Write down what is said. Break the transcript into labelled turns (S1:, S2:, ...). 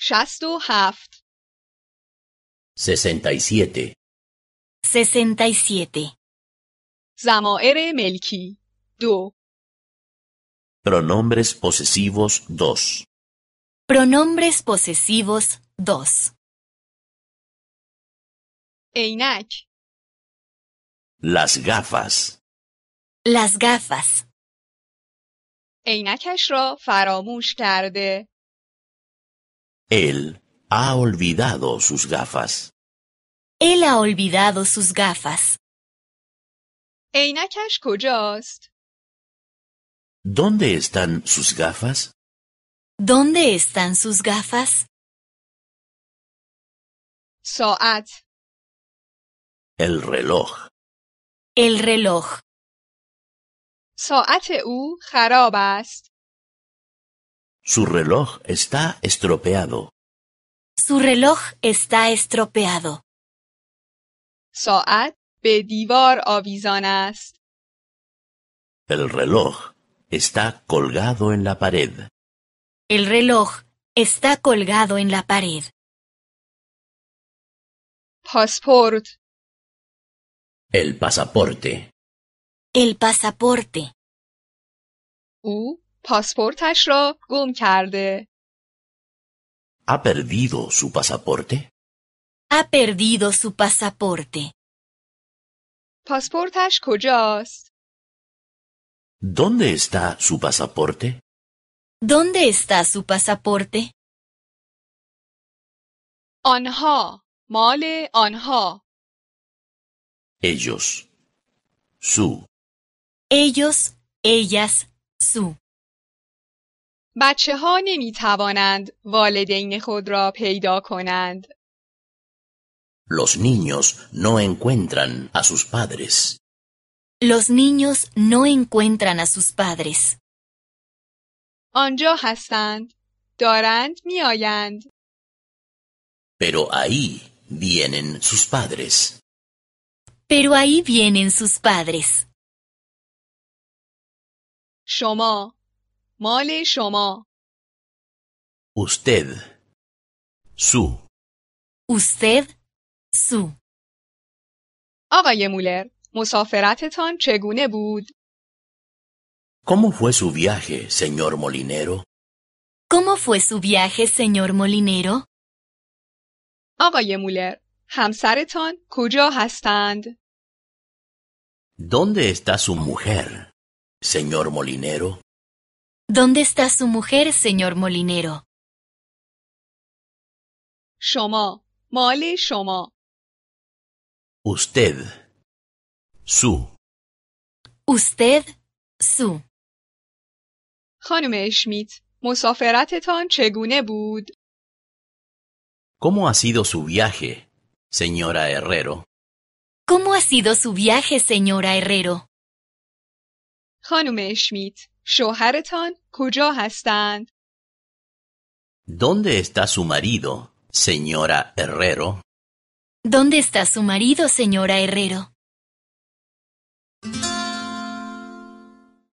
S1: شست و هفت
S2: 67.
S3: 67.
S1: زمائر ملکی دو
S2: Pronombres posesivos 2.
S3: Pronombres posesivos 2.
S1: عینک
S2: Las gafas.
S3: Las gafas.
S1: عینکش را فراموش کرده
S2: Él ha olvidado sus gafas.
S3: Él ha olvidado sus gafas.
S1: عینکش کجاست
S2: ¿Dónde están sus gafas?
S3: ¿Dónde están sus gafas?
S1: ساعت
S2: El reloj.
S3: El reloj.
S1: ساعت او خراب است
S2: Su reloj está estropeado.
S3: Su reloj está estropeado.
S1: ساعت به دیوار آویزان است
S2: El reloj está colgado en la pared.
S3: El reloj está colgado en la pared.
S1: پاسپورت
S2: El pasaporte.
S3: El pasaporte.
S1: او پاسپورتش را گم کرده
S2: ¿Ha perdido su pasaporte?
S3: Ha perdido su pasaporte.
S1: پاسپورتش کجاست
S2: ¿Dónde está su pasaporte?
S3: ¿Dónde está su pasaporte?
S1: آنها مال آنها
S2: Ellos. Su.
S3: Ellos, ellas, su.
S1: بچه ها نمی توانند والدین خود را پیدا کنند
S2: Los niños no encuentran a sus padres.
S3: Los niños no encuentran a sus padres.
S1: آنجا هستند دارند میآیند
S2: Pero ahí vienen sus padres.
S3: Pero ahí vienen sus padres.
S1: شما مال شما
S2: Usted. Su.
S3: Usted, su.
S1: آقای مولر مسافرتتان چگونه بود
S2: ¿Cómo fue su viaje, señor molinero?
S3: ¿Cómo fue su viaje, señor molinero?
S1: آقای مولر همسرتان کجا هستند
S2: ¿Dónde está su mujer, señor molinero?
S3: ¿Dónde está su mujer, señor molinero?
S1: شما مال شما
S2: Usted. Su.
S3: Usted, su.
S1: خانم اشمیت مسافرتتان چگونه بود
S2: ¿Cómo ha sido su viaje, señora Herrero?
S3: ¿Cómo ha sido su viaje, señora Herrero?
S1: خانم اشمیت شوهرتان کجا هستند
S2: ¿Dónde está su marido, señora Herrero?
S3: ¿Dónde está su marido, señora Herrero?